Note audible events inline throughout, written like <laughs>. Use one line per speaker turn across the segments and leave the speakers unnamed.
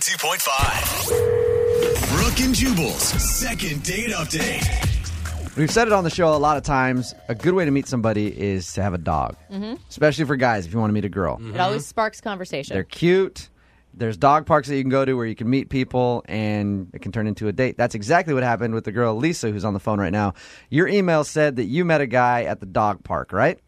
92.5. Brooke and Jubal's second date update.
We've said it on the show a lot of times. A good way to meet somebody is to have a dog, especially for guys. If you want to meet a girl,
It always sparks conversation.
Mm-hmm. they're cute. There's dog parks that you can go to where you can meet people, and it can turn into a date. That's exactly what happened with the girl Lisa, who's on the phone right now. Your email said that you met a guy at the dog park, right?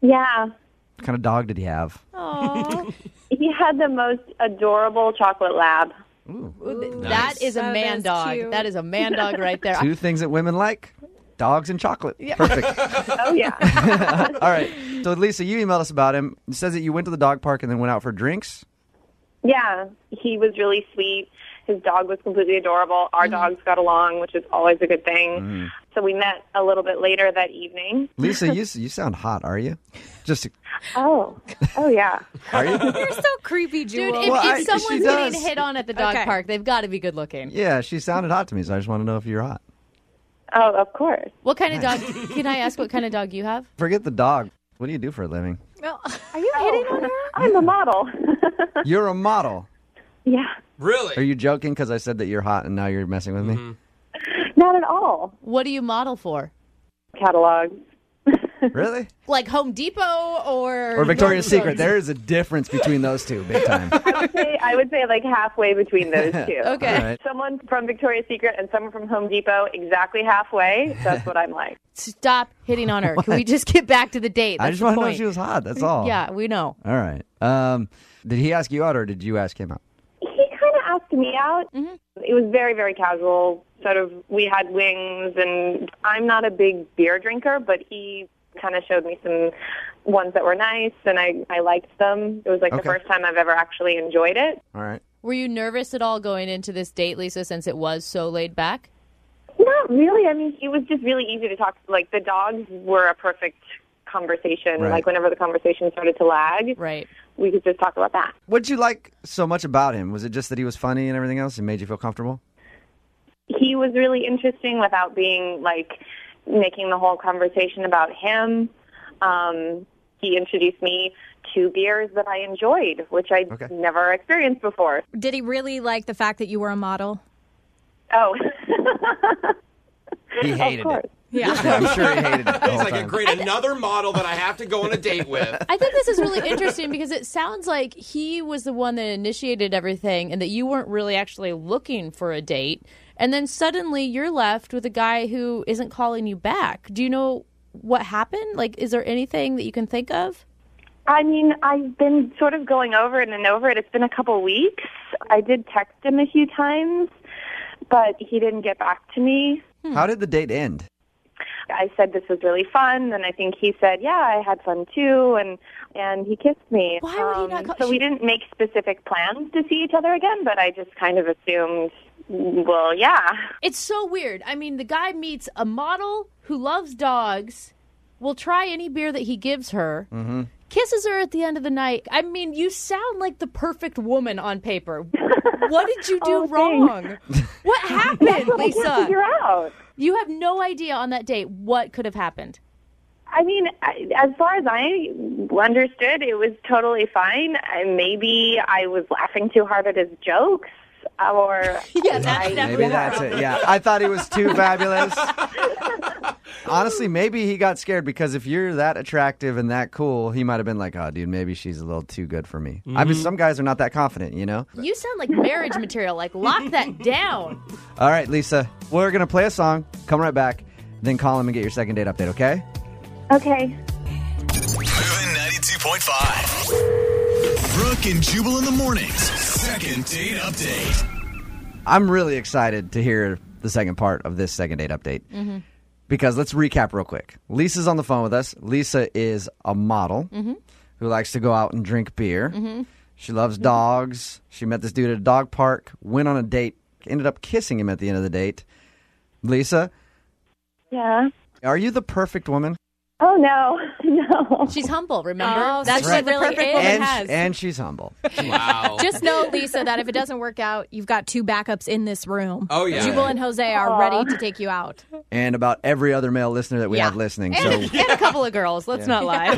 Yeah.
What kind of dog did he have?
Aw.
He had the most adorable chocolate lab.
That is a man dog. That is a man dog right there.
<laughs> Two things that women like: dogs and chocolate. Perfect.
Oh, yeah.
All right. So Lisa, you emailed us about him. It says that you went to the dog park and then went out for drinks.
<laughs> yeah. He was really sweet. His dog was completely adorable. Our dogs got along, which is always a good thing. So we met a little bit later that evening.
Lisa, you you sound hot. Are you? Just
Oh. Oh, yeah.
are you?
<laughs> You're so creepy, Jewel.
Dude, if,
Well, I-
if
she
someone's
does.
getting hit on at the dog
Okay.
park, they've got to be good looking.
Yeah, she sounded hot to me, so I just want to know if you're hot.
Oh, of <laughs> course.
What kind of dog? Can I ask what kind of dog you have?
Forget the dog. What do you do for a
<laughs>
living?
Well,
Are you hitting on her? I'm a model. <laughs>
You're a model.
yeah.
Are
Really?
you joking? Because I said that you're hot and now you're messing with me.
Not at all.
What do you model for?
Catalog. <laughs>
Really?
Like Home Depot or
Or Victoria's
Lowe's?
Secret? There is a difference between those two, big time.
Say- I would say like halfway between <laughs> those two.
Okay.
All right.
Someone from Victoria's Secret and someone from Home Depot, exactly halfway. That's what I'm like.
Stop hitting on her. Can we just get back to the date?
I just
That's the
want to know
point.
if she was hot. That's all.
Yeah, we know.
All right. Um, did he ask you out or did you ask him out?
he kind of asked me out.
Mm-hmm.
It was very, very casual. Sort of, we had wings, and I'm not a big beer drinker, but he kind of showed me some ones that were nice, and I, I liked them. It was like the
Okay.
first time I've ever actually enjoyed it.
All right.
Were you nervous at all going into this date, Lisa, since it was so laid back?
Not really. I mean, it was just really easy to talk. Like, the dogs were a perfect conversation.
Right.
Like, whenever the conversation started to lag,
Right.
we could just talk about that.
What did you like so much about him? Was it just that he was funny and everything else and made you feel comfortable?
He was really interesting without being like making the whole conversation about him. Um, he introduced me to beers that I enjoyed, which I
Okay.
would never experienced before.
did he really like the fact that you were a model?
Oh, <laughs>
He hated
of course.
it.
<laughs> Yeah.
Yeah, I'm sure he hated it. The whole
He's like,
time.
great, another model that I have to go on a date with.
I think this is really interesting because it sounds like he was the one that initiated everything and that you weren't really actually looking for a date. And then suddenly you're left with a guy who isn't calling you back. Do you know what happened? Like, is there anything that you can think of?
I mean, I've been sort of going over it and over it. It's been a couple weeks. I did text him a few times, but he didn't get back to me.
How did the date end?
I said this was really fun, and I think he said, "Yeah, I had fun too," and and he kissed me. Um,
Why would he not call-
so we
she-
didn't make specific plans to see each other again, but I just kind of assumed, well, yeah,
It's so weird. I mean, the guy meets a model who loves dogs, will try any beer that he gives her, kisses her at the end of the night. I mean, you sound like the perfect woman on paper. What did
<laughs>
you do
Oh, thanks.
wrong?
<laughs>
What happened,
I can't
Lisa?
figure out.
You have no idea on that date what could have happened.
I mean, I- as far as I understood, it was totally fine. I, maybe I was laughing too hard at his jokes, or
<laughs> Yeah,
<laughs>
that's
Maybe that's it. Yeah, I thought he was too fabulous. Honestly, maybe he got scared because if you're that attractive and that cool, he might have been like, "Oh, dude, maybe she's a little too good for me." I mean, some guys are not that confident, you know.
You sound like marriage material. Like, lock
<laughs>
that down.
All right, Lisa, we're gonna play a song. Come right back, then call him and get your second date update. Okay?
okay.
Moving 92.5. Brooke and Jubal in the mornings. Second date update.
I'm really excited to hear the second part of this second date update
Mm-hmm.
because let's recap real quick. Lisa's on the phone with us. Lisa is a model
Mm-hmm.
who likes to go out and drink beer. She loves dogs. She met this dude at a dog park, went on a date, ended up kissing him at the end of the date. Lisa,
Yeah.
are you the perfect woman?
Oh no, <laughs> no.
She's humble, remember?
Oh,
that's
she's
what
right.
really
The perfect
is.
woman.
and,
has.
and she's humble.
Wow.
Just know, Lisa,
Lisa, that if it doesn't work out, you've got two backups in this room.
Oh, yeah.
Jubal and Jose are ready to take you out.
and about every other male listener that we
Yeah.
have listening.
and,
So
<laughs> and a couple of girls. Let's
<laughs>
not lie.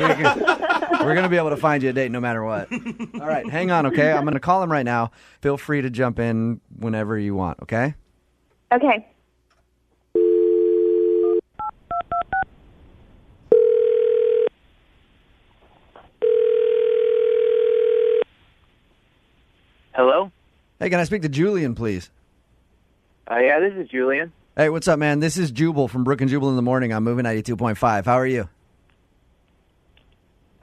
We're going to be able to find you a date no matter what. All right, hang on, okay? I'm going to call him right now. Feel free to jump in whenever you want, okay?
Okay.
Hello?
Hey, can I speak to Julian, please?
Uh, yeah, this is Julian.
Hey, what's up, man? This is Jubal from Brook and Jubal in the Morning on Moving 92.5. How are you?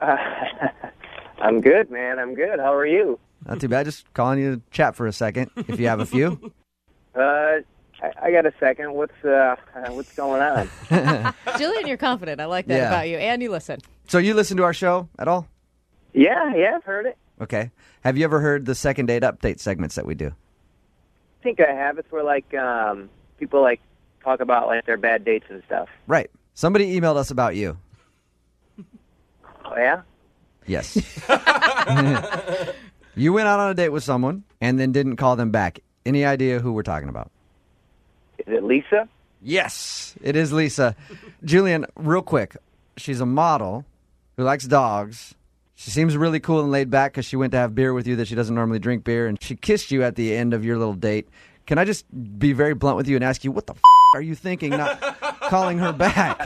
I'm good, man. I'm good. How are you?
Not too bad. Just calling you to chat for a second if you have a few.
Uh, I, I got a second. What's uh, <laughs> uh, what's going on?
Jillian, you're confident. I like that
Yeah.
about you. And you listen.
so, you listen to our show at all?
yeah, yeah, I've heard it.
Okay. Have you ever heard the second date update segments that we do?
I think I have. It's where like um, people like talk about like their bad dates and stuff.
Right. Somebody emailed us about you.
Oh yeah.
Yes. <laughs> you went out on a date with someone and then didn't call them back. Any idea who we're talking about?
Is it Lisa?
Yes, it is Lisa. Julian, real quick. She's a model who likes dogs. She seems really cool and laid back because she went to have beer with you that she doesn't normally drink beer, and she kissed you at the end of your little date. Can I just be very blunt with you and ask you, what the f- are you thinking not calling her back?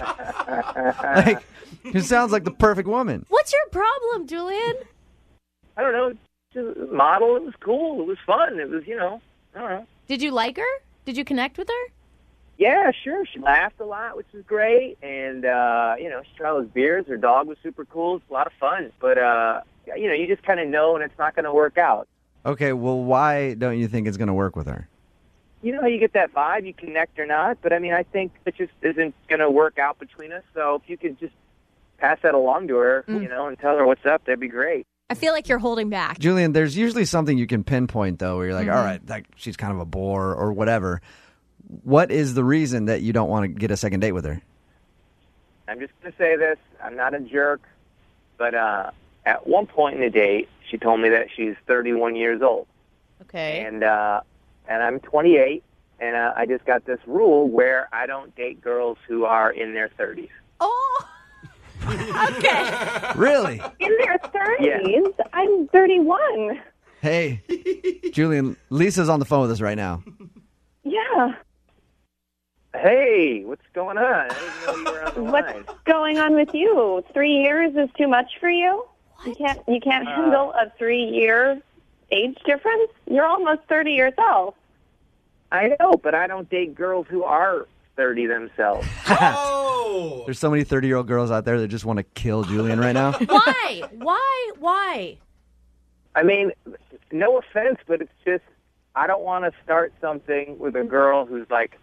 <laughs> like, she sounds like the perfect woman.
What's your problem, Julian?
I don't know. Just a model. It was cool. It was fun. It was you know. I don't know.
Did you like her? Did you connect with her?
Yeah, sure. She laughed a lot, which was great, and uh, you know, she tried all those beers. Her dog was super cool. It's a lot of fun, but uh, you know, you just kind of know, and it's not going to work out.
Okay, well, why don't you think it's going to work with her?
You know how you get that vibe, you connect or not. But I mean, I think it just isn't going to work out between us. So if you could just pass that along to her, you know, and tell her what's up, that'd be great.
I feel like you're holding back.
Julian, there's usually something you can pinpoint though, where you're like, "All right, like she's kind of a bore or whatever. What is the reason that you don't want to get a second date with her?
I'm just going to say this. I'm not a jerk, but uh, at one point in the date, she told me that she's 31 years old.
Okay.
and uh, and I'm 28, and uh, I just got this rule where I don't date girls who are in their 30s.
Oh,
Really?
In their 30s, I'm 31.
<laughs> hey, Julian, Lisa's on the phone with us right now.
Yeah.
Hey, what's going on? I didn't know you were on the line.
What's going on with you? Three years is too much for you. You can't you can't
Uh,
handle a three year age difference. You're almost thirty yourself.
I know, but I don't date girls who are 30 themselves.
Oh.
There's so many 30 year old girls out there that just want to kill Julian right
<laughs>
now.
<laughs> Why? Why? Why?
I mean, no offense, but it's just I don't want to start something with a girl who's like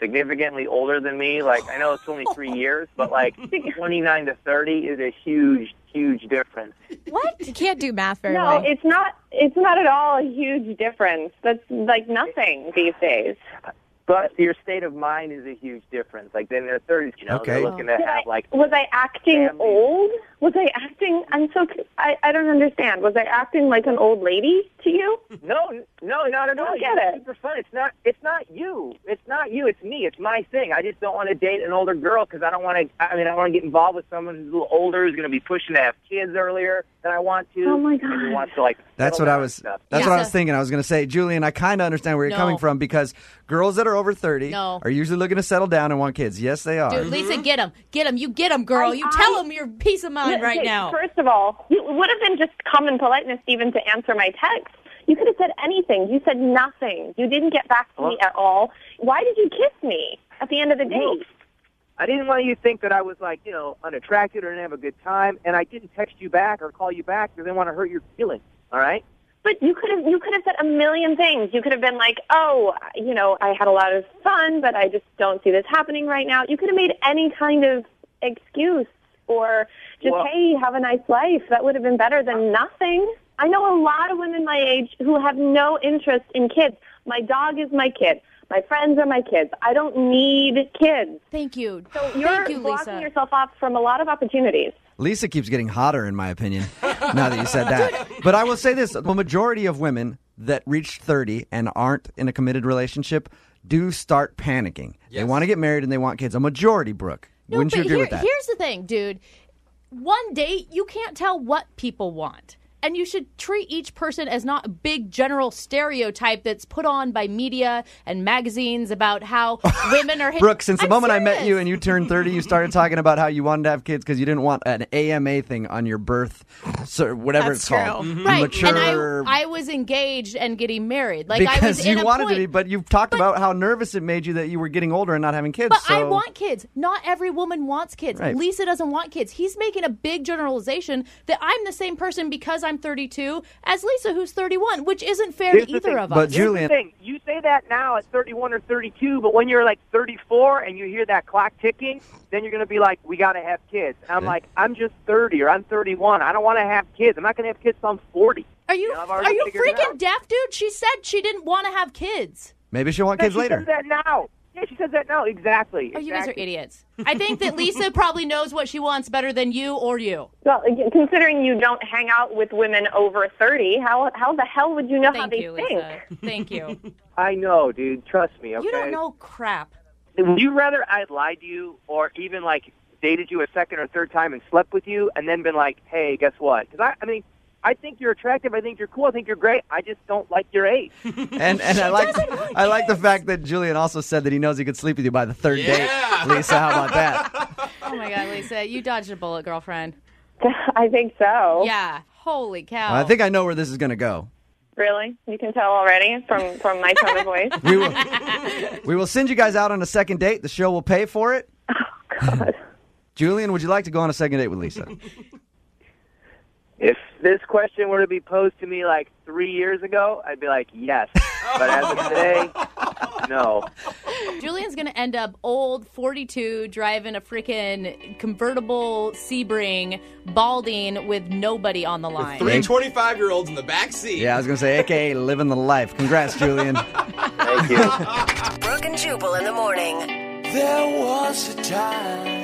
significantly older than me. Like I know it's only three years, but like 29 to 30 is a huge, huge difference.
you can't do math very
No,
well.
it's not it's not at all a huge difference. That's like nothing these days.
But your state of mind is a huge difference. Like then in their thirties, you know,
Okay.
they're looking to
Did I-
have like
was I acting
family-
old? Was I acting I'm so c- I, I don't understand. Was I acting like an old lady to you?
no, no, not at all.
don't get
You're
it.
Super fun. It's not. It's not you. It's not you. It's me. It's my thing. I just don't want to date an older girl because I don't want to. I mean, I want to get involved with someone who's a little older, who's going to be pushing to have kids earlier than I want to.
Oh, my
and who
God.
wants to like.
That's
settle
what I
down and
was.
stuff.
That's
Yeah.
what I was thinking. I was going to say, Julian, I kind of understand where you're
No.
coming from because girls that are over 30
No.
are usually looking to settle down and want kids. Yes, they are.
Dude, Lisa, get him. Get him. You get him, girl. You tell him your peace of mind right
Okay,
now.
First of all, it would have been just common politeness even to answer my text. You could have said anything. You said nothing. You didn't get back to me at all. Why did you kiss me at the end of the
Well,
date?
I didn't want you to think that I was like you know unattracted or didn't have a good time, and I didn't text you back or call you back because I didn't want to hurt your feelings. All right.
But you could have you could have said a million things. You could have been like, "Oh, you know, I had a lot of fun, but I just don't see this happening right now." You could have made any kind of excuse or just,
Well-
"Hey, have a nice life." That would have been better than nothing. I know a lot of women my age who have no interest in kids. My dog is my kid. My friends are my kids. I don't need kids.
Thank you.
You're
Thank you,
blocking
Lisa.
yourself off from a lot of opportunities.
Lisa keeps getting hotter, in my opinion, now that you said that. But I will say this the majority of women that reached 30 and aren't in a committed relationship do start panicking. They
Yes.
want to get married and they want kids. A majority, Brooke.
No,
Wouldn't
but
you agree
here-
with that?
Here's the thing, dude. One date, you can't tell what people want. And you should treat each person as not a big general stereotype that's put on by media and magazines
<laughs>
about how women are.
Brooke, since the
I'm
moment I met
serious.
you and you turned 30, you started talking about how you wanted to have kids because you didn't want an AMA thing on your birth, so whatever
That's
it's
true.
called.
right,
Mature.
and I, I was engaged and getting married. Like I
because
was in
you
a
wanted
point,
to be, but you've talked about how nervous it made you that you were getting older and not having kids.
But I
so-
want kids. Not every woman wants kids.
Right.
Lisa doesn't want kids. He's making a big generalization that I'm the same person because I'm 32 as Lisa, who's 31, which isn't fair to
Here's the
either
thing.
of us.
But
Here's
Julian-
the thing. You say that now at 31 or 32, but when you're like 34 and you hear that clock ticking, then you're going to be like, we got to have kids. And I'm like, I'm just 30 or I'm 31. I don't want to have kids. I'm not going to have kids till I'm 40.
are you
Yeah, I've already
are you
figured it
freaking
out.
deaf, dude? She said she didn't want to have kids.
Maybe she'll want
Yeah,
kids
she
later.
says that now. Yeah, she says that now. Exactly.
Oh, you guys are
Exactly.
idiots. I think
<laughs>
that Lisa probably knows what she wants better than you or you.
Well, again, considering you don't hang out with women over 30, how, how the hell would you know how
Thank
they
you,
think? <laughs>
Lisa. Thank you.
I know, dude. Trust me. Okay.
You don't know crap.
Would you rather I lied to you or even like dated you a second or third time and slept with you and then been like, hey, guess what? Because I, I mean, I think you're attractive. I think you're cool. I think you're great. I just don't like your age.
And and I like I like the fact that Julian also said that he knows he could sleep with you by the third
Yeah.
date. Lisa, how about that?
Oh my god, Lisa, you dodged a bullet, girlfriend.
I think so.
Yeah. Holy cow.
I think I know where this is going to go.
Really? You can tell already from, from my tone of voice.
We will, we will send you guys out on a second date. The show will pay for it. Oh God. Julian, would you like to go on a second date with Lisa?
If this question were to be posed to me like three years ago, I'd be like, yes. But as of today, no.
Julian's gonna end up old, 42, driving a freaking convertible Sebring, balding with nobody on the line.
Three 25 year olds in the back seat.
Yeah, I was going to say, aka living the life. Congrats, Julian.
Thank you.
Brooke and Jubal in the morning.
There was a time